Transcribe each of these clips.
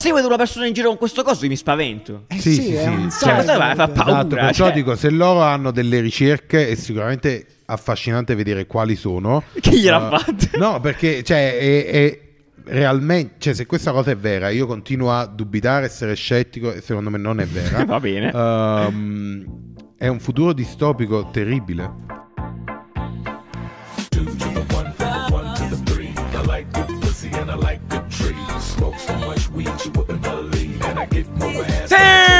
Se vedo una persona in giro con questo coso mi spavento. Eh Sì, sì, è sì. un Cioè, questa cyborg. fa paura. Esatto, perciò cioè. dico, se loro hanno delle ricerche è sicuramente affascinante vedere quali sono. Chi gliel'ha Eh, fatta? No, perché cioè, è, è realmente, cioè, se questa cosa è vera, io continuo a dubitare, essere scettico e secondo me non è vera. Eh, Va bene. Eh. Ehm, è un futuro distopico terribile. Sì!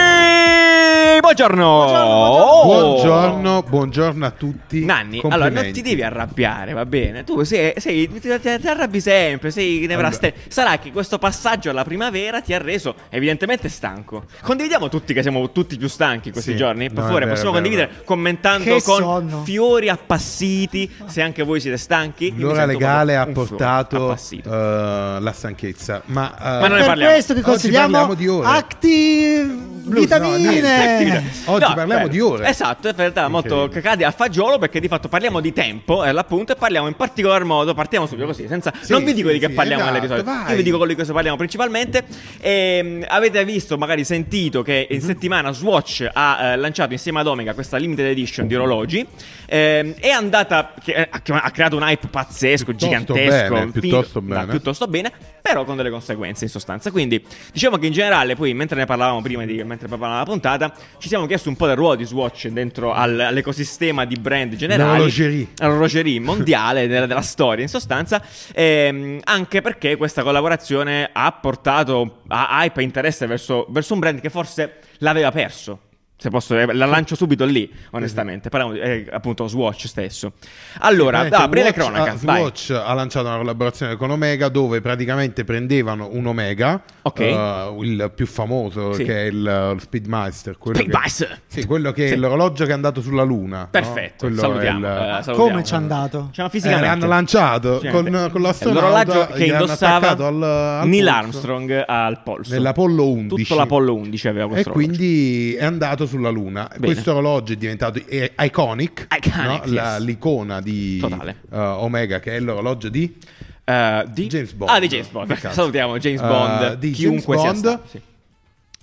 Buongiorno! Oh! Buongiorno, buongiorno a tutti. Nanni, allora Complimenti. non ti devi arrabbiare, va bene? Tu sei, sei- ti, ti- ti arrabbi sempre, sei nevraste. Sarà che questo passaggio alla primavera ti ha reso evidentemente stanco. Condividiamo tutti che siamo tutti più stanchi in questi Sì. giorni, per No, è favore, vero, possiamo è vero, è condividere commentando Che con sonno. fiori appassiti, se anche voi siete stanchi. io mi L'ora sento legale ha proprio un fiore portato appassito. eh, la stanchezza, ma, eh, Ma non ne per parliamo. questo che Oggi consigliamo parliamo di ore. acti Blues, no, vitamine. niente. Oggi parliamo beh, di ore. eh. Esatto, è realtà molto Incredibile. cacate a fagiolo perché di fatto parliamo di tempo, è l'appunto, e parliamo in particolar modo, partiamo subito così, senza... Sì, non vi dico sì, di che sì, parliamo nelle esatto, episodi, vai. io vi dico quello di cosa parliamo principalmente. Ehm, avete visto, magari sentito, che Mhm. in settimana Swatch ha eh, lanciato insieme ad Omega questa limited edition di orologi, Ehm, è andata, che- eh, ha, ha creato un hype pazzesco, Piuttosto gigantesco, bene, finito- piuttosto da- bene. piuttosto bene, però con delle conseguenze in sostanza. Quindi diciamo che in generale, poi mentre ne parlavamo prima, di, mentre preparavamo la puntata, ci siamo chiesti un po' del ruolo di Swatch dentro al- all'ecosistema di brand generali L'orologerie. all'orologeria mondiale della, della storia in sostanza ehm, anche perché questa collaborazione ha portato a hype e interesse verso, verso un brand che forse l'aveva perso se posso, eh, la lancio subito lì, onestamente. Parliamo di, eh, appunto Swatch stesso. Allora, Praticamente da breve eh, Swatch cronaca. ha- vai. Swatch ah, ha lanciato una collaborazione con Omega dove praticamente prendevano un Omega, Ok. eh, il più famoso Sì. che è il, il Speedmaster, quello che- Speedmaster! Sì, quello che è Sì. l'orologio che è andato sulla Luna. no? Perfetto, Quello è salutiamo. il- Ah, eh, salutiamo. Come ci è andato? Diciamo Eh, fisicamente. Cioè, l'hanno lanciato con, Fisicamente. con l'astronauta L'orologio che gli hanno indossava attaccato al- al Neil polso. Armstrong al polso. Nell'Apollo 11. Tutto l'Apollo 11 aveva E questo orologio. quindi è andato sulla Luna. Questo orologio è diventato eh, iconic, Iconic, no? La- yes. l'icona di Totale. eh, Omega, che è l'orologio di Eh, di James Bond. Ah, di James Bond. Che cazzo. Salutiamo James Eh, Bond. di chiunque James sia Bond. stato, sì.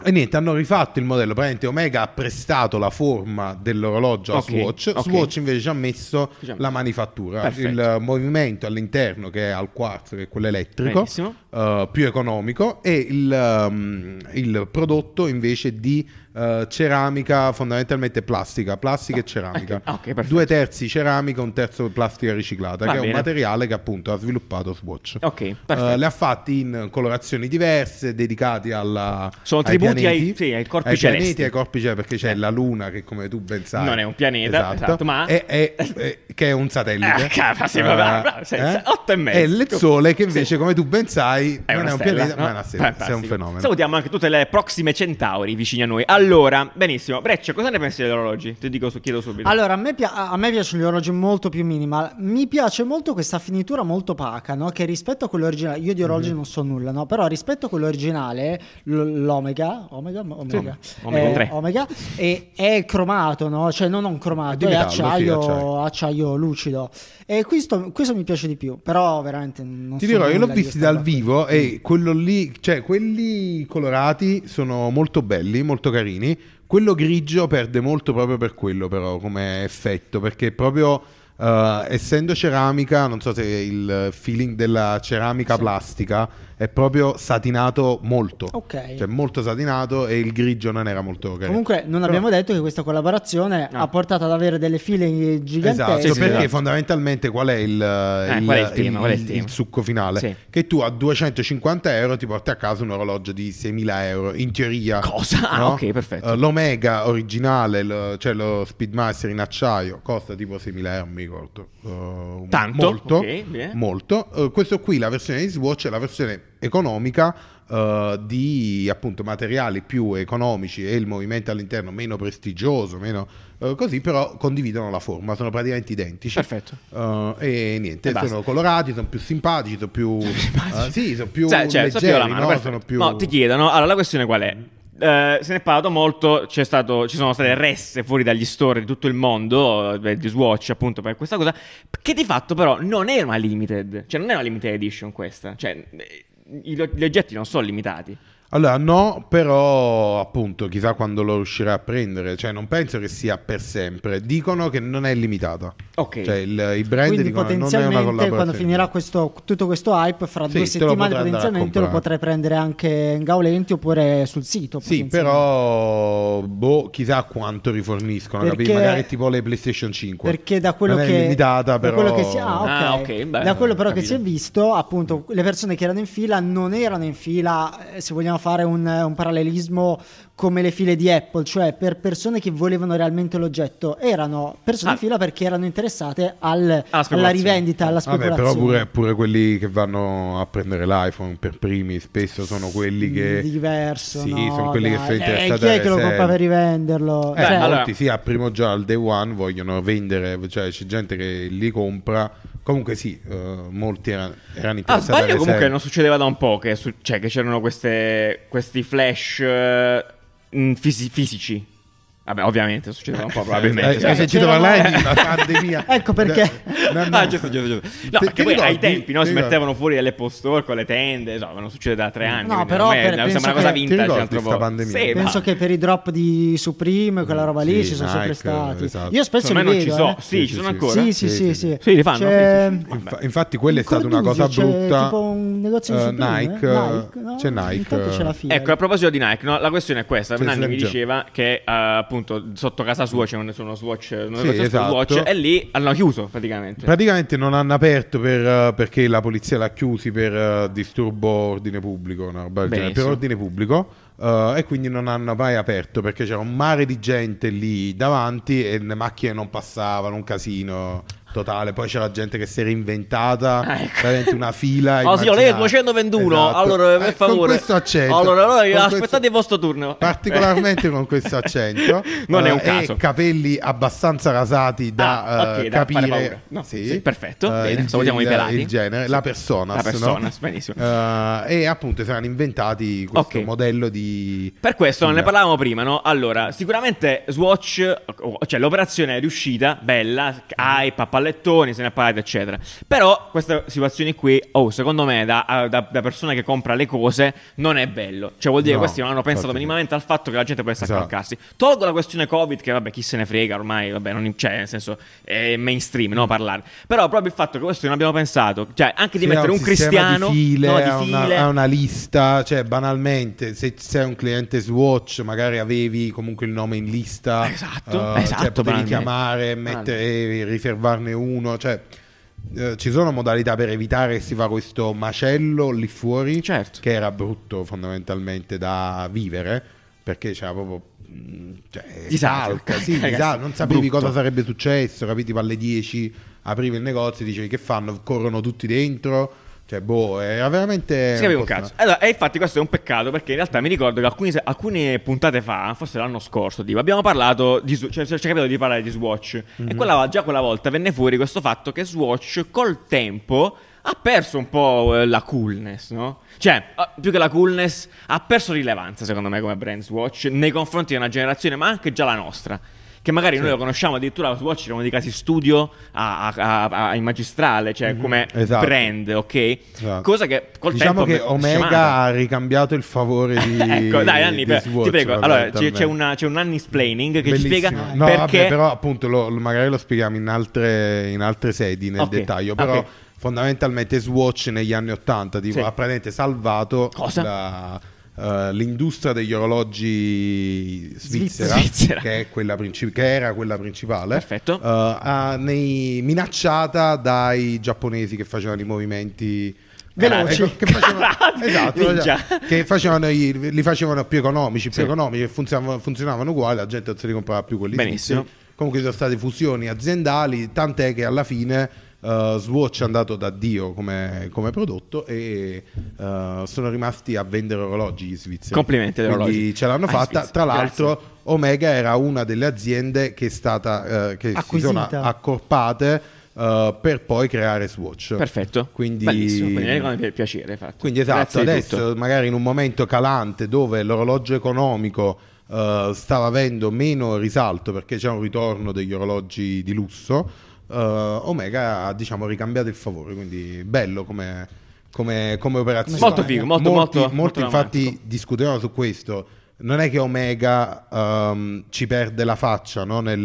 E niente, hanno rifatto il modello. Praticamente Omega ha prestato la forma dell'orologio Ok, a Swatch. ok. Swatch invece ci ha messo Ci ha messo. la manifattura, Perfetto. il movimento all'interno che è al quarzo, che è quello elettrico, Benissimo. eh, più economico, e il, um, il prodotto invece di eh, ceramica, fondamentalmente plastica, plastica e ceramica. Ah, ok, ok, perfetto. Due terzi ceramica, un terzo plastica riciclata, Va che è bene. un materiale che appunto ha sviluppato Swatch. Ok, perfetto. Eh, le ha fatte in colorazioni diverse, dedicati alla, Sono ai tributi pianeti, ai- sì, ai corpi pianeti, celesti. Eh. ai corpi celesti, perché c'è la Luna che come tu ben sai Non è un pianeta, esatto, ma- è, è- è- che è un satellite. Ah, cavolo, sì, vabbè, Eh, bravo, senza- otto e mezzo. il Sole che invece come tu ben sai È non una è un stella, pianeta, no? ma è una stella, è Fantastico. un fenomeno. Salutiamo anche tutte le prossime centauri vicine a noi. Allora, benissimo. Breccia, cosa ne pensi degli orologi? Ti dico, su- chiedo subito. Allora, a me, pia- a me piacciono gli orologi molto più minimal. Mi piace molto questa finitura molto opaca, no? Che rispetto a quello originale, io di Mhm. orologi non so nulla, no? Però rispetto a quello originale, l- l'Omega, Omega, Omega, Omega eh, tre. Omega, e- è cromato, no? Cioè, non un È cromato, di è metallo, sì, acciaio, acciaio. acciaio lucido. E questo, questo mi piace di più, però veramente non Ti so dirò, io l'ho nulla di visti questa dal roba. vivo e quello lì, cioè quelli colorati sono molto belli, molto carini. Quello grigio perde molto proprio per quello, però, come effetto, perché proprio eh, essendo ceramica, non so se il feeling della ceramica plastica è proprio satinato molto. Ok. Cioè molto satinato e il grigio non era molto carino. Comunque, non Però- abbiamo detto che questa collaborazione No. ha portato ad avere delle file Esatto, gigantesche. Sì, sì, Ah. perché esatto. fondamentalmente qual è il, Eh, il- qual è il tema, il- qual è il tema? il succo finale? Sì. Che tu a 250 euro ti porti a casa un orologio di 6.000 euro, in teoria. Cosa? Ah, ok, perfetto. Eh, L'Omega originale, lo- cioè lo Speedmaster in acciaio, costa tipo 6.000 euro, mi ricordo. Eh, Tanto? Molto. Ok, bene. molto. Eh, questo qui, la versione di Swatch, è la versione economica eh, di appunto materiali più economici e il movimento all'interno meno prestigioso, meno eh, così, però condividono la forma, sono praticamente identici. Perfetto. Eh, e niente, E basta. sono colorati, sono più simpatici, sono più... eh, sì, sono più Cioè, cioè, leggeri, so più alla mano, no? perfetto. Sono più... No, ti chiedono. Allora, la questione qual è? Eh, se ne è parlato molto, c'è stato, ci sono state resse fuori dagli store di tutto il mondo, eh, di Swatch appunto per questa cosa, che di fatto però non è una limited, cioè non è una limited edition questa, cioè eh, i- gli oggetti non sono limitati. Allora, no, però appunto chissà quando lo riuscirà a prendere, cioè non penso che sia per sempre. Dicono che non è limitata. Ok. Cioè il- i brand Quindi dicono che non è una potenzialmente collaborazione. quando finirà questo- tutto questo hype, fra due Sì, te lo settimane potrai andare a potenzialmente lo comprare. potrei prendere anche in Gaulenti oppure sul sito. Sì, potenzialmente. però boh, chissà quanto riforniscono, capito? Perché- Magari tipo le PlayStation 5. Perché da quello non che è limitata, però da quello che si, ah, ok. Ah, ok, beh, da quello però che capito. si è visto, appunto, le persone che erano in fila non erano in fila, eh, se vogliamo fare un, un parallelismo come le file di Apple, cioè per persone che volevano realmente l'oggetto, erano persone Ah. in fila perché erano interessate al- alla speculazione. rivendita, alla Vabbè, speculazione. però pure, pure quelli che vanno a prendere l'iPhone per primi spesso sono quelli che... Mm, diverso, Sì, no, sono quelli che dai. sono interessati Eh, chi è alle che lo compra serie. per rivenderlo? Eh, Cioè- molti allora- sì, al primo già al day one vogliono vendere, cioè c'è gente che li compra. Comunque sì, eh, molti erano, erano Ah, interessati. alle sbaglio comunque serie. non succedeva da un po' che, su- cioè, che c'erano queste, questi flash eh, mh, fisi- fisici. Vabbè, ovviamente succedeva da un po' probabilmente. Eh, cioè. hai sentito c'erano- parlare di una pandemia? Ecco perché. No, no. Ah, giusto, giusto, giusto. No, Te- perché ti poi ai ricordi? tempi no, Ti si ricordi? mettevano fuori alle post store con le tende, insomma, non succede da tre anni. No, quindi però ormai per- è- penso sembra una che- cosa Ti vintage. ricordi altre sta volte. pandemia? Sì, Penso ma- che per i drop di Supreme, quella roba lì, Sì, ci sono Nike, sempre stati. esatto. Io spesso Secondo li me non ci vedo, so. eh. Sì, Sì, ci sì, sono sì. ancora. Sì, sì, Sì, sì, Cioè, sì, sì. sì. Sì, li fanno, C'è- sì, sì, sì. Infa- infatti quella è Ancora stata una Dusi, cosa c'è brutta. cioè, tipo un negozio di Eh, Supreme, Nike, eh? no? c'è Nike, Ogni tanto c'è la fila. Ecco, a proposito di Nike, no, la questione è questa. Sì, Nanni Slim mi Jam. diceva che eh, appunto sotto casa sua c'è un- c'è uno Swatch, uno Sì, negozio esatto. Swatch e lì hanno chiuso praticamente. Praticamente non hanno aperto per, eh, perché la polizia l'ha chiusi per eh, disturbo ordine pubblico, una roba del genere, per Benissimo. ordine pubblico. eh, e quindi non hanno mai aperto perché c'era un mare di gente lì davanti e le macchine non passavano, un casino totale. Poi c'era gente che si era inventata Ah, ecco. veramente una fila. Ah, sì, immaginate. lei è 221. Esatto. Allora, per Eh, Con favore. questo accento. Allora, allora, Con questo- aspettate il vostro turno. Particolarmente con questo accento. Non è un eh, caso. E capelli abbastanza rasati da Certo. Ah, ok, eh, da fare capire. paura. No, Sì. sì, perfetto, Eh, bene, il- salutiamo il- i pelati. Il genere, la persona. Eh, La personas, benissimo. e appunto saranno inventati questo Ok. modello di. Per questo non ne Vabbè. parlavamo prima, no? Allora, sicuramente Swatch, o- cioè l'operazione è riuscita, bella, hype, a pallettoni, se ne è parlato, eccetera. Però queste situazioni qui, oh, secondo me, da, da- da persona che compra le cose, non è bello. Cioè, vuol dire No, che questi non hanno pensato infatti. minimamente al fatto che la gente potesse Esatto. accalcarsi. Tolgo la questione Covid, che vabbè, chi se ne frega ormai, vabbè, non c'è, nel senso, è mainstream, no? Parlare. Però proprio il fatto che questo non abbiamo pensato, cioè, anche di Sì, mettere ha un, sistema cristiano, di file, no, di ha una- file. ha una lista, cioè banalmente, se sei un cliente Swatch, magari avevi comunque il nome in lista, Esatto, eh, esatto, cioè, potevi banalmente. chiamare, mettere, riservarne uno, cioè eh, ci sono modalità per evitare che si fa questo macello lì fuori, Certo. che era brutto fondamentalmente da vivere, perché c'era proprio mh, cioè, Disagio, calca, sì, ragazzi, disagio, non sapevi brutto. cosa sarebbe successo, capito? Tipo alle 10 aprivi il negozio e dicevi che fanno, corrono tutti dentro. Cioè, boh, era veramente. Si capiva un po' cazzo. strano. Allora, e infatti questo è un peccato perché in realtà mi ricordo che alcune, alcune puntate fa, forse l'anno scorso, tipo, abbiamo parlato di Sw- cioè, cioè, ci è capitato di parlare di Swatch e quella, già quella volta venne fuori questo fatto che Swatch col tempo ha perso un po' eh, la coolness, no? Cioè, eh, più che la coolness, ha perso rilevanza secondo me come brand Swatch nei confronti di una generazione, ma anche già la nostra. Che magari noi lo conosciamo addirittura la Swatch come dei casi studio a, a- a- a- in magistrale, cioè come Esatto. brand, ok? Esatto. Cosa che col diciamo tempo che è Omega scemata. ha ricambiato il favore di. ecco, dai, Nanni, di per- Swatch, ti prego. Allora, c'è, c'è fondamentalmente. una, c'è un Nanni splaining che ci Bellissimo. spiega no, perché. vabbè, però appunto lo- lo- magari lo spieghiamo in altre, in altre sedi nel Ok, dettaglio però ok. fondamentalmente Swatch negli anni 80 tipo, Sì. ha praticamente salvato Cosa? la- eh, l'industria degli orologi svizzera, Svizzera. Che, è quella princi- che era quella principale Perfetto. eh, ha nei- minacciata dai giapponesi che facevano i movimenti Veloci. eh, che facevano, Karate. esatto, Ninja. che facevano i- li facevano più economici, più Sì. economici e funzionavano, funzionavano uguali, la gente non se li comprava più quelli Benissimo. svizzeri. Comunque ci sono state fusioni aziendali, tant'è che alla fine eh, Swatch è andato da Dio come, come prodotto e eh, sono rimasti a vendere orologi gli svizzeri. Complimenti agli Quindi orologi. ce l'hanno Ai fatta. svizzeri, Tra grazie. l'altro Omega era una delle aziende che è stata eh, che si sono Acquisita. accorpate eh, per poi creare Swatch. Perfetto. Quindi Bellissimo. Quindi è un pi- piacere. infatti. quindi esatto, Grazie di adesso tutto. magari in un momento calante dove l'orologio economico eh, stava avendo meno risalto perché c'è un ritorno degli orologi di lusso, eh, Omega ha diciamo ricambiato il favore, quindi bello come, come, come operazione. Molto figo, molto, molti, molto- molto infatti romantico. discutevano su questo. Non è che Omega ehm, ci perde la faccia no? nel,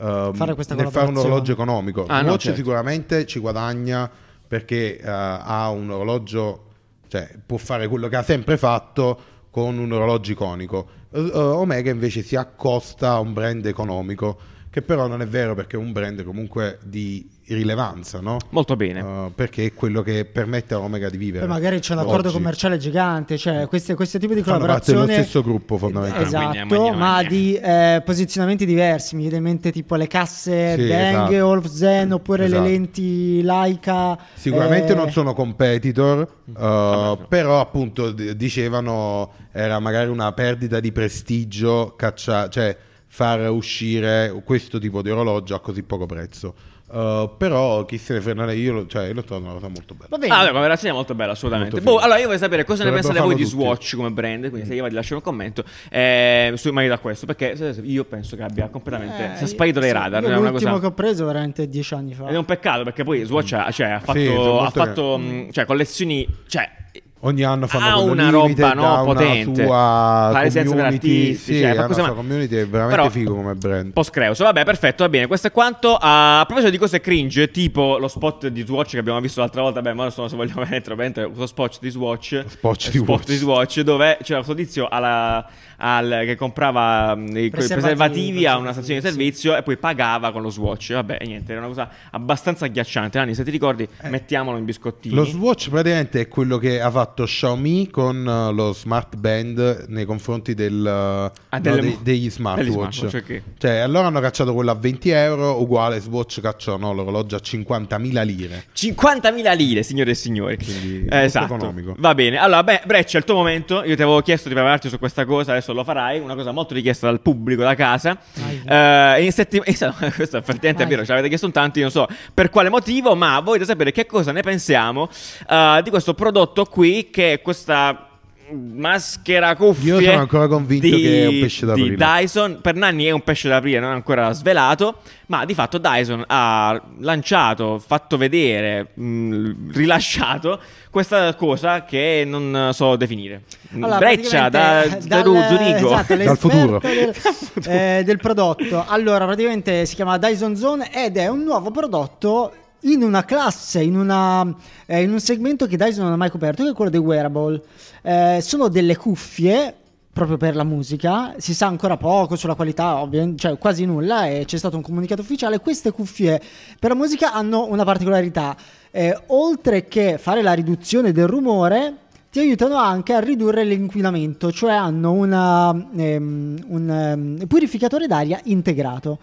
ehm, Fare questa nel fare un collaborazione. orologio economico. Ah, no, Watch certo. sicuramente ci guadagna perché eh, ha un orologio, cioè può fare quello che ha sempre fatto con un orologio iconico. Eh, eh, Omega invece si accosta a un brand economico, che però non è vero perché è un brand comunque di rilevanza, no? Molto bene. Uh, perché è quello che permette a Omega di vivere. Poi magari c'è un accordo oggi. commerciale gigante, cioè queste- questo tipo di Fanno parte collaborazione. dello stesso gruppo, fondamentalmente. Ah, quindi, Esatto, magna, ma magna. di eh, posizionamenti diversi. Mi viene in mente tipo le casse Sì, Bang, esatto. Olfzen oppure Esatto. le lenti Leica. Sicuramente eh, non sono competitor, Vabbè, uh, Mm. Ah, no. però appunto d- dicevano era magari una perdita di prestigio caccia- cioè far uscire questo tipo di orologio a così poco prezzo. Uh, però chi se ne frega, io lo, cioè, io lo trovo una cosa molto bella. Va bene. Ah, vabbè, come relazione è molto bella, assolutamente. Molto Boh, figa. allora io vorrei sapere cosa ne Dovrebbero pensate voi di farlo tutti. Swatch come brand. Quindi, se io vado a lasciare un commento eh, su in merito a questo, perché se- se- io penso che abbia completamente. Eh, si è sparito dai sì, radar. io È una l'ultimo cosa. che ho preso veramente dieci anni fa. Ed è un peccato perché poi Swatch ha, cioè, ha fatto, sono ha molto fatto mh, cioè, collezioni. Cioè, Ogni anno fanno ha quello una limited, roba no, ha una potente. sua Fa presenza per community, artisti. sì, cioè, fa ha una cose, sua ma- community, è veramente figo come brand. Post creuso. Vabbè, perfetto, va bene. Questo è quanto. Ah, A proposito di cose cringe, tipo lo spot di Swatch che abbiamo visto l'altra volta. Beh, ma adesso non so se vogliamo vedere ovviamente lo spot di Swatch. Spot Eh, di spot Watch. di Swatch dove c'era questo tizio alla- al- che comprava mm, i preservativi, Preservativi, a una stazione di sì. servizio e poi pagava con lo Swatch. Vabbè, e niente, era una cosa abbastanza agghiacciante. Anni, se ti ricordi, Eh. mettiamolo in biscottini. Lo Swatch praticamente è quello che ha fatto Xiaomi con eh, lo smart band nei confronti del, eh, Ah, no, delle dei- mo- degli degli smartwatch. smartwatch, ok. Cioè, allora hanno cacciato quello a 20 euro, uguale Swatch cacciò no, l'orologio a 50.000 lire. 50.000 lire, signore e signori. Quindi, Eh, molto esatto. economico. Va bene. Allora, beh, Breccia, è il tuo momento. Io ti avevo chiesto di prepararti su questa cosa, adesso lo farai. Una cosa molto richiesta dal pubblico da casa. Eh, in settim- esatto, questo è effettivamente Vai. vero, ce l'avete chiesto in tanti, non so per quale motivo, ma volete sapere che cosa ne pensiamo eh, di questo prodotto qui che è questa maschera cuffie Io sono ancora convinto di- che è un pesce da di aprire. Dyson per Nanni è un pesce da aprire non è ancora svelato ma di fatto Dyson ha lanciato fatto vedere mh, rilasciato questa cosa che non so definire Allora, breccia da, praticamente, da dal- Zurigo esatto, Dal futuro. l'esperto del, eh, del prodotto. Allora, praticamente si chiama Dyson Zone ed è un nuovo prodotto in una classe, in, una, eh, in un segmento che Dyson non ha mai coperto, che è quello dei wearable. Eh, sono delle cuffie proprio per la musica, si sa ancora poco sulla qualità, ovvio, cioè quasi nulla e c'è stato un comunicato ufficiale, queste cuffie per la musica hanno una particolarità, Eh, oltre che fare la riduzione del rumore, ti aiutano anche a ridurre l'inquinamento, cioè hanno una, ehm, un ehm, purificatore d'aria integrato.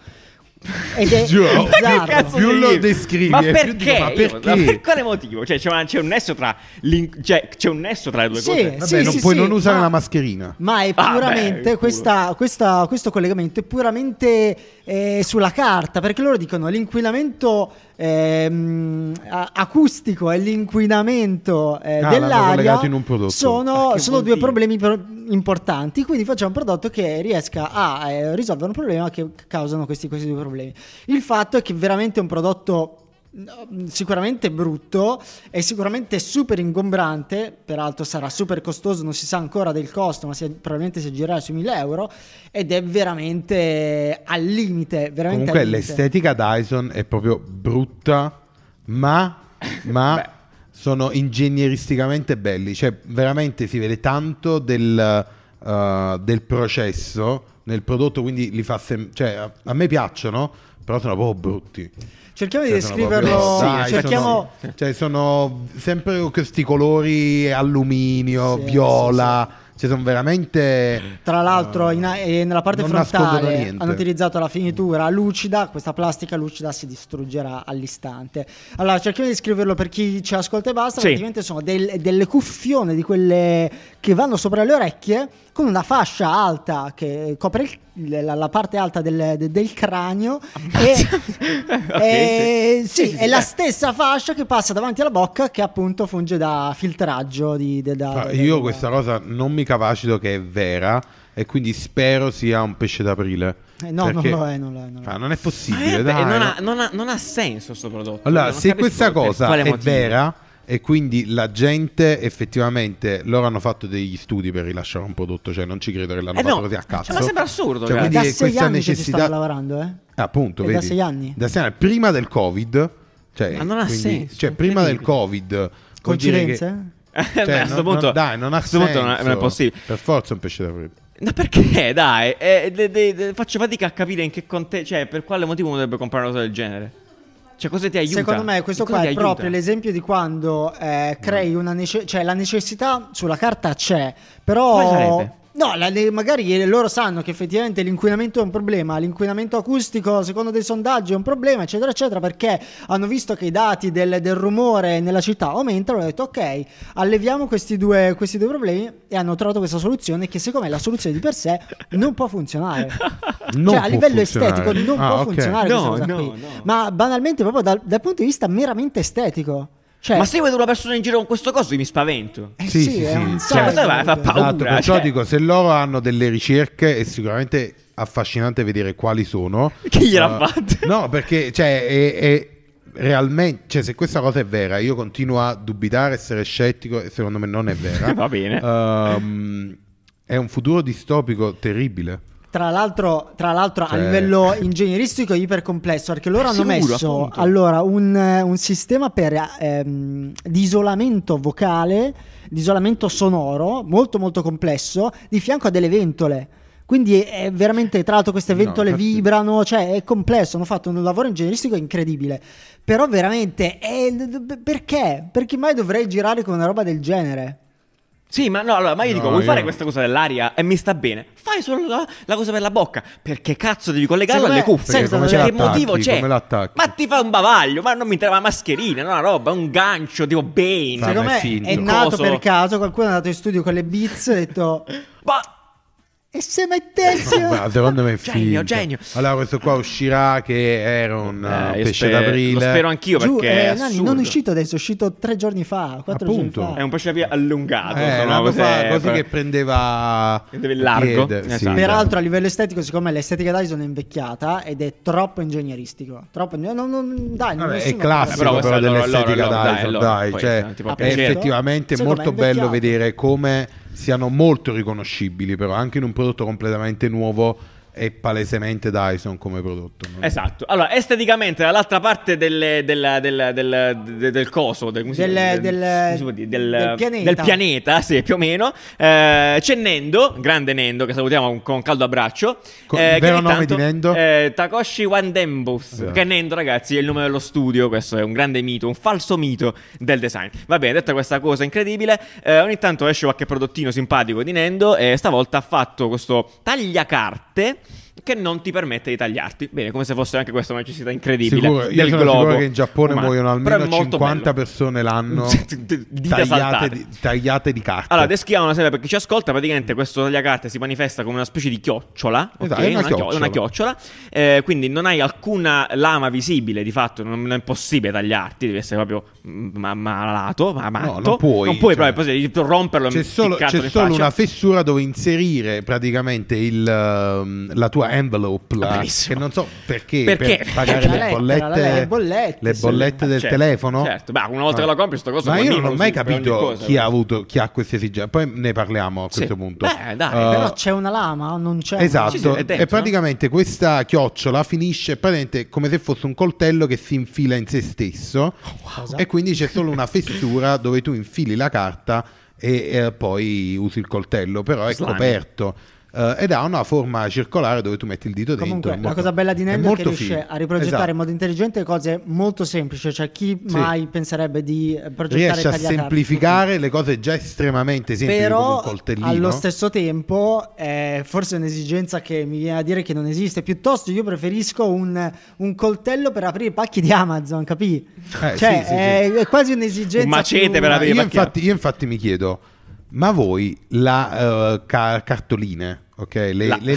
Ed è Giuro. Ma che Ma bizzarro. che cazzo Più di- lo descrivi, ma e più perché? dico, ma Io- perché? per quale motivo? Cioè, c'è, un- c'è un nesso tra l'in- cioè, c'è un nesso tra le due Sì, cose. Vabbè, Sì, non sì, puoi sì, non usare ma- la mascherina. Ma è Ah, beh, puramente culo. questa- questa- questo collegamento è puramente eh, sulla carta, perché loro dicono l'inquinamento ehm, a- acustico e l'inquinamento eh, Ah, l'hanno dell'aria collegato in un prodotto. Ah, Ma sono, che sono vuol due dire? problemi pro- importanti, quindi facciamo un prodotto che riesca a eh, risolvere un problema che causano questi, questi due problemi. Il fatto è che veramente è un prodotto mm, sicuramente brutto è sicuramente super ingombrante peraltro sarà super costoso non si sa ancora del costo ma si- probabilmente si aggirerà sui 1000 euro ed è veramente al limite veramente Comunque al limite. l'estetica Dyson è proprio brutta, ma, ma Beh. sono ingegneristicamente belli. Cioè, veramente si vede tanto del, eh, del processo nel prodotto, quindi li fa sem- cioè, a, a me piacciono, però sono proprio brutti. cerchiamo di Cioè, sono proprio- descriverlo Dai, cerchiamo sono, cioè, sono sempre con questi colori alluminio, Sì, viola. Cioè, sono veramente. Tra l'altro, in- eh, nella parte Non nascondono frontale niente. hanno utilizzato la finitura lucida, questa plastica lucida si distruggerà all'istante. Allora, cerchiamo di scriverlo per chi ci ascolta e basta. Sì. Praticamente sono del- delle cuffione di quelle che vanno sopra le orecchie con una fascia alta che copre il- la, la parte alta del, de- del cranio. E, Ok, e- sì. sì, Sì, sì, è sì, la beh. stessa fascia che passa davanti alla bocca che appunto funge da filtraggio. Di, de- da- Fra- da- Io da- questa cosa non mi capacito che è vera e quindi spero sia un pesce d'aprile. Eh, no, Perché- non lo è, non lo è, non lo è. Fra, non è Ma è- possibile, eh, dai. non, no. ha, non ha- non ha senso questo prodotto. Cioè, Allora, Non se capisco questa per cosa quale è motivo. vera, e quindi la gente effettivamente loro hanno fatto degli studi per rilasciare un prodotto, cioè non ci credo che l'hanno Eh fatto no, così a cioè, cazzo. ma sembra assurdo, Cioè, cioè. quindi da è sei questa anni che ci stanno necessità lavorando, eh? eh, Appunto, È da vedi? sei anni. Da sei anni, prima del Covid. Cioè, Ma non ha quindi- senso, Cioè, prima del incredibile. Eh, Covid. vuol dire che- Coincidenze? Beh, Cioè, a sto non- punto, non- dai, non ha a sto punto non è- non è senso. possibile. Per forza è un pesce da freddo. Ma perché? Dai, eh, de- de- de- faccio fatica a capire in che conte... Cioè, per quale motivo uno dovrebbe comprare una cosa del genere? Cioè, cosa ti aiuta? Secondo me questo Cosa qua ti è aiuta? Mm. proprio l'esempio di quando eh, crei una necessità, cioè la necessità sulla carta c'è, Quale però... sarebbe? No, la- le- magari loro sanno che effettivamente l'inquinamento è un problema, l'inquinamento acustico secondo dei sondaggi è un problema, eccetera, eccetera, perché hanno visto che i dati del, del rumore nella città aumentano e hanno detto ok, alleviamo questi due, questi due problemi e hanno trovato questa soluzione che secondo me la soluzione di per sé non può funzionare. Non cioè a può livello funzionare. estetico non Ah, può ok. funzionare No, questa cosa no, qui. no. Ma banalmente, proprio dal, dal punto di vista meramente estetico. Cioè, Ma se io vedo una persona in giro con questo coso, io mi spavento. eh Sì, sì, sì, è sì. un Cioè, sacco. questo va- fa paura. Esatto, perciò cioè. dico, se loro hanno delle ricerche è sicuramente affascinante vedere quali sono. Chi gliel'ha Eh, fatta? No, perché cioè, è, è realmente, cioè, se questa cosa è vera, io continuo a dubitare, essere scettico, e secondo me non è vera. Va bene. Ehm, è un futuro distopico terribile. Tra l'altro, tra l'altro Cioè- a livello ingegneristico è ipercomplesso perché Eh, loro hanno sicuro, messo appunto. allora, un, eh, un sistema per, ehm, di isolamento vocale, di isolamento sonoro molto molto complesso di fianco a delle ventole. Quindi è veramente, tra l'altro queste No, ventole infatti- vibrano, cioè è complesso, hanno fatto un lavoro ingegneristico incredibile. Però veramente, eh, perché? Perché mai dovrei girare con una roba del genere? Sì, ma no, allora, ma io No, dico, vuoi io fare no. questa cosa dell'aria e mi sta bene? Fai solo la, la cosa per la bocca. Perché cazzo devi collegarla Secondo alle me- cuffie? Sì, secondo Cioè, me- che Come l'attacchi, motivo c'è? come l'attacchi? Ma ti fa un bavaglio, ma non mi interessa, una mascherina, no, una roba, un gancio, tipo Bane. Ma Secondo ma è me finto. è nato Coso. per caso, qualcuno è andato in studio con le beats e ha detto... Ma... E se mettessimo Ma secondo me è eh. Genio, finto. genio. Allora, questo qua uscirà che era un Eh, eh, io pesce spe- d'aprile. Lo spero anch'io Giù, perché è eh, Nani, non è assurdo. uscito adesso, è uscito tre giorni fa, quattro Appunto. giorni È fa. un pesce a via allungato. Eh, sono l'anno cose- fa, cose che prendeva Prendeva il largo. piede, sì. Esatto. Peraltro a livello estetico, siccome l'estetica Dyson è invecchiata ed è troppo ingegneristico, troppo ingeg- non- non- dai, non Vabbè, è nessuno- classico Però questo però, è loro- dell'estetica loro- loro- Dyson, dai, loro, dai, poi, cioè, non ti può è piacere. effettivamente Secondo molto me è invecchiato. bello vedere come siano molto riconoscibili però anche in un prodotto completamente nuovo e palesemente Dyson come prodotto no? Esatto. Allora, esteticamente, dall'altra parte del, del, del, del, del, del coso, del, come si Del- chiama? Del- del- come si può dire? Del- del pianeta. del pianeta, sì, più o meno. Eh, c'è Nendo, grande Nendo, che salutiamo con, con caldo abbraccio. Co- eh, vero ogni nome di Nendo? eh, Takoshi Wandembus. Esatto. Che Nendo, ragazzi, è il nome dello studio. Questo è un grande mito, un falso mito del design. Va bene, detta questa cosa incredibile, eh, ogni tanto esce qualche prodottino simpatico di Nendo. E stavolta ha fatto questo tagliacarte. Che non ti permette di tagliarti. Bene, come se fosse anche questa una necessità incredibile. Sicuro, io del sono globo sicuro che in Giappone umano. muoiono Però è almeno molto 50 bello. persone l'anno Dita tagliate, saltate. di, tagliate di carta Allora, descriviamolo sempre per chi ci ascolta. Praticamente questo tagliacarte si manifesta come una specie di chiocciola. ok? Esatto, è una chio- chiocciola. una chiocciola. Eh, quindi non hai alcuna lama visibile, di fatto, non, non è possibile tagliarti, devi essere proprio mm, ma- malato, ma matto. non puoi, cioè. proprio così, romperlo e c'è solo, piccartelo c'è in solo faccia. una fessura dove inserire praticamente il, ehm, la tua envelope Ah, la, benissimo. che non so perché, Perché? per pagare La le lettera, bollette, la- le bollette, le sì. bollette del Certo, telefono Ah. certo. Beh, una volta che lo compri, sto coso ma con io non Nicolas ho mai per ogni capito cosa, chi, ha eh. avuto, chi ha queste esigenze poi ne parliamo a Sì. questo punto Beh, dai, Eh, Però c'è una lama, non c'è una- Ci si- è Esatto, dentro, e praticamente questa chiocciola finisce praticamente come se fosse un coltello che si infila in se stesso Cosa? e quindi c'è solo una fessura dove tu infili la carta e eh, poi usi il coltello, però è Slime. coperto eh, ed ha una forma circolare dove tu metti il dito dentro. Comunque, è la molto- cosa bella di Nendo è, che molto riesce figo. a riprogettare in Esatto. modo intelligente cose molto semplici. Cioè, chi Sì. mai penserebbe di eh, progettare Riesce a tagliacarte? semplificare le cose già estremamente semplici con un Però coltellino. allo stesso tempo, eh, forse è un'esigenza che mi viene a dire che non esiste. Piuttosto, io preferisco un, un coltello per aprire i pacchi di Amazon, capì? Eh, cioè, sì, sì, è, è quasi un'esigenza. Un macete più- per Ma aprire io, i pacchi. infatti, io infatti mi chiedo, ma voi la eh, ca- cartoline, ok? Le, La- le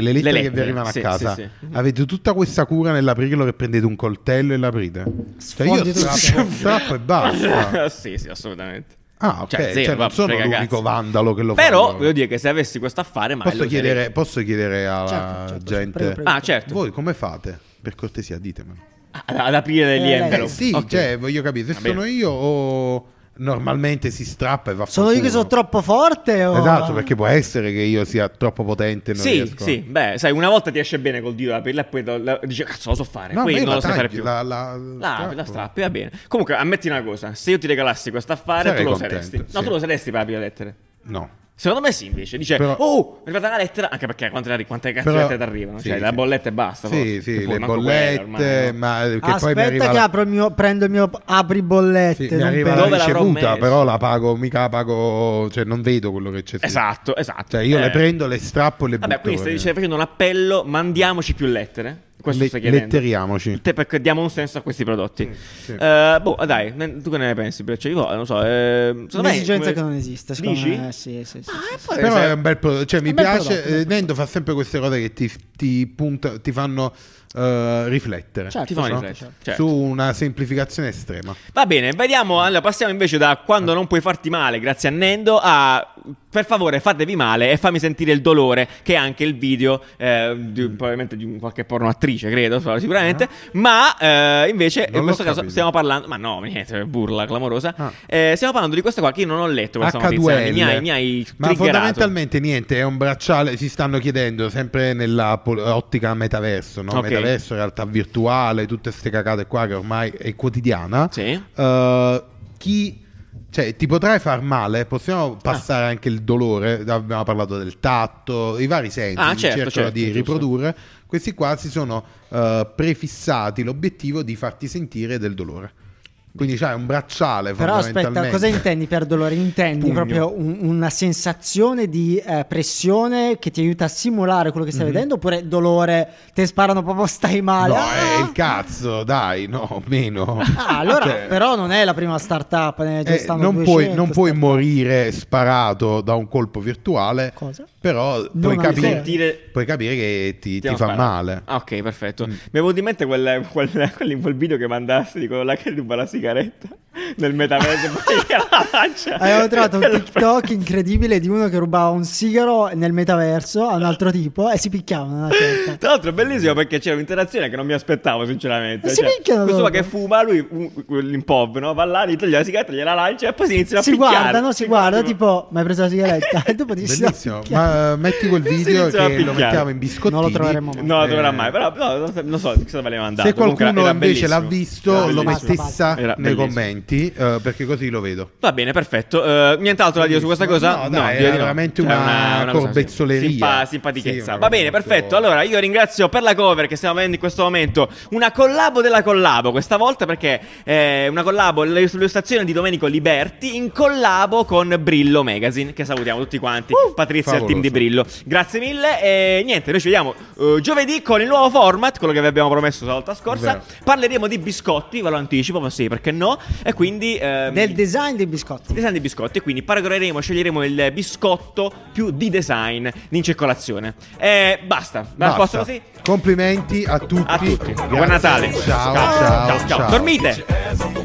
le lettere che vi lettere, arrivano sì, a casa, sì, Mm-hmm. sì. avete tutta questa cura nell'aprirlo che prendete un coltello e l'aprite? Cioè io Sfondi tutto. strappo, strappo e basta. sì, sì, assolutamente. Ah, ok, cioè, zero, non vabbè, sono frega l'unico cazzi. vandalo che lo fa, Però allora. voglio dire che se avessi questo affare, ma Posso chiedere, posso chiedere alla Certo, certo, gente, prego, prego. Ah, certo. voi come fate? Per cortesia, ditemelo. Ad, ad aprire degli Eh, lei- envelope. Sì, Ok. cioè, voglio capire se Va bene. sono io o normalmente si strappa e va Sono io che sono fortuna. troppo forte? O... Esatto, perché può essere che io sia troppo potente e non Sì, riesco. sì, beh, sai, una volta ti esce bene col dito la pilla e poi la- la- dici cazzo lo so fare, No, a poi me non la lo sai fare tagli, più. La, la, La, la strappo. strappi, va bene. Comunque, ammetti una cosa: se io ti regalassi questo affare, tu Sarei lo contento, saresti. No, sì. tu lo saresti per la prima lettera. No. Secondo me sì, invece. Dice, Però- oh, è arrivata la lettera. Anche perché quante, la- quante cazzo Però- lettere ti arrivano? sì, cioè, sì. la bolletta e basta. Sì, forse. sì, Poi le manco quella bollette, ormai, no? ma che poi mi Aspetta arriva che la- apro il mio, prendo il mio apri bollette. Sì, mi non arriva penso. Dove la l'avrò ricevuta, messo? però la pago, mica la pago, cioè non vedo quello che c'è. scritto. Esatto, esatto. Cioè io Eh. le prendo, le strappo e le butto. Vabbè, quindi stai proprio. dice- facendo un appello, mandiamoci più lettere. Questo Le- stai chiedendo. letteriamoci. Te- perché diamo un senso a questi prodotti. sì. Eh, boh, dai, ne- tu che ne pensi? Cioè, io non lo so. eh, secondo me- Un'esigenza come- che non esiste, secondo Dici? me. Sì, sì, sì, Ma, sì, eh, sì. poi Però se- Ah, è un bel prodotto, cioè È mi un bel piace, prodotto, un bel eh, Nendo fa sempre queste cose che ti, ti punta- ti fanno eh, riflettere Certo, Ti fa certo, riflettere. certo. Certo. su una semplificazione estrema. Va bene, vediamo. Allora, passiamo invece da quando non puoi farti male, grazie a Nendo, a per favore fatevi male e fammi sentire il dolore, che è anche il video, eh, di- probabilmente di un- qualche porno attrice, credo, so- sicuramente. Ma eh, invece, Non in l'ho questo caso, capito. stiamo parlando. Ma no, niente, burla clamorosa. Ah. Eh, stiamo parlando di questo qua che io non ho letto questa notizia. H2L. Mi hai, mi hai Ma triggerato. fondamentalmente niente, è un bracciale, si stanno chiedendo sempre nella pol- ottica metaverso, no? Ok. metaverso, realtà virtuale, tutte queste cacate qua che ormai è quotidiana. Sì. Eh, chi cioè, ti potrai far male, Ah. possiamo passare anche il dolore, abbiamo parlato del tatto, i vari sensi, Ah, che certo, cercano certo, di giusto. riprodurre. Questi qua si sono eh, prefissati l'obiettivo di farti sentire del dolore. Quindi c'hai un bracciale Però aspetta, cosa fondamentalmente. intendi per dolore? Intendi Pugno. proprio un- una sensazione di eh, pressione che ti aiuta a simulare quello che stai vedendo? Oppure dolore, te sparano proprio, stai male? Mhm. No, Ah! è il cazzo, dai, no, meno. Ah, allora, Cioè, però non è la prima startup, ne già eh, stanno non puoi, 200 non puoi startup. morire sparato da un colpo virtuale, Cosa? però puoi ancora. capire, Sentire- puoi capire che ti, ti Stiamo fa sparando. male. Mm. Ah, ok, perfetto. Mi è venuto in mente quel, quel- quel- quel video che mandasti di quello là che ruba la sigaretta nel metaverso. e poi ah, cioè, gliela lancia. Avevo Eh, trovato un TikTok incredibile di uno che rubava un sigaro nel metaverso a un altro tipo e si picchiavano. Una certa. Tra l'altro è bellissimo perché c'era un'interazione che non mi aspettavo sinceramente. Cioè, Ma si picchiano questo qua loro. che fuma, lui un- l'impov, no? va là, gli toglie la sigaretta, gliela lancia e poi si iniziano a Si picchiare. guardano, si guardano, tipo, ma hai preso la sigaretta? e dopo ti si Bellissimo, ma eh, metti quel Si video iniziano a che lo picchiare. mettiamo in biscottini. Non lo troveremo mai. No, non dovrà Eh, mai, però no, non so che cosa me l'hai mandato. Se Comunque qualcuno era- era invece l'ha bellissimo. visto, Era lo bellissimo. mettessa Era nei bellissimo. commenti, eh, perché così lo vedo. Va bene, perfetto. Eh, nient'altro da dire su questa cosa? No, dai, direi era di veramente Cioè, una cosa, sì. corbezzoleria. Simpa- Sì, simpatichezza. una Va roba bene, molto- perfetto. Allora, io ringrazio per la cover che stiamo avendo in questo momento. Una collabo della collabo questa volta perché è una collabo l- sull'illustrazione di Domenico Liberti in collabo con Brillo Magazine, che salutiamo tutti quanti. Patrizia e il team di Uh, favoloso. Brillo. Grazie mille e niente, noi ci vediamo eh, giovedì con il nuovo format, quello che vi abbiamo promesso la volta scorsa. Vero. Parleremo di biscotti, ve lo anticipo, ma sì, perché no? E quindi ehm, Del design dei biscotti. Design dei biscotti, quindi paragoneremo, sceglieremo il biscotto più di design in circolazione. E basta, basta. Basta. posto così? Complimenti a tutti. A tutti. Grazie. Buon Natale. Ciao, ciao, ciao. ciao. Dormite.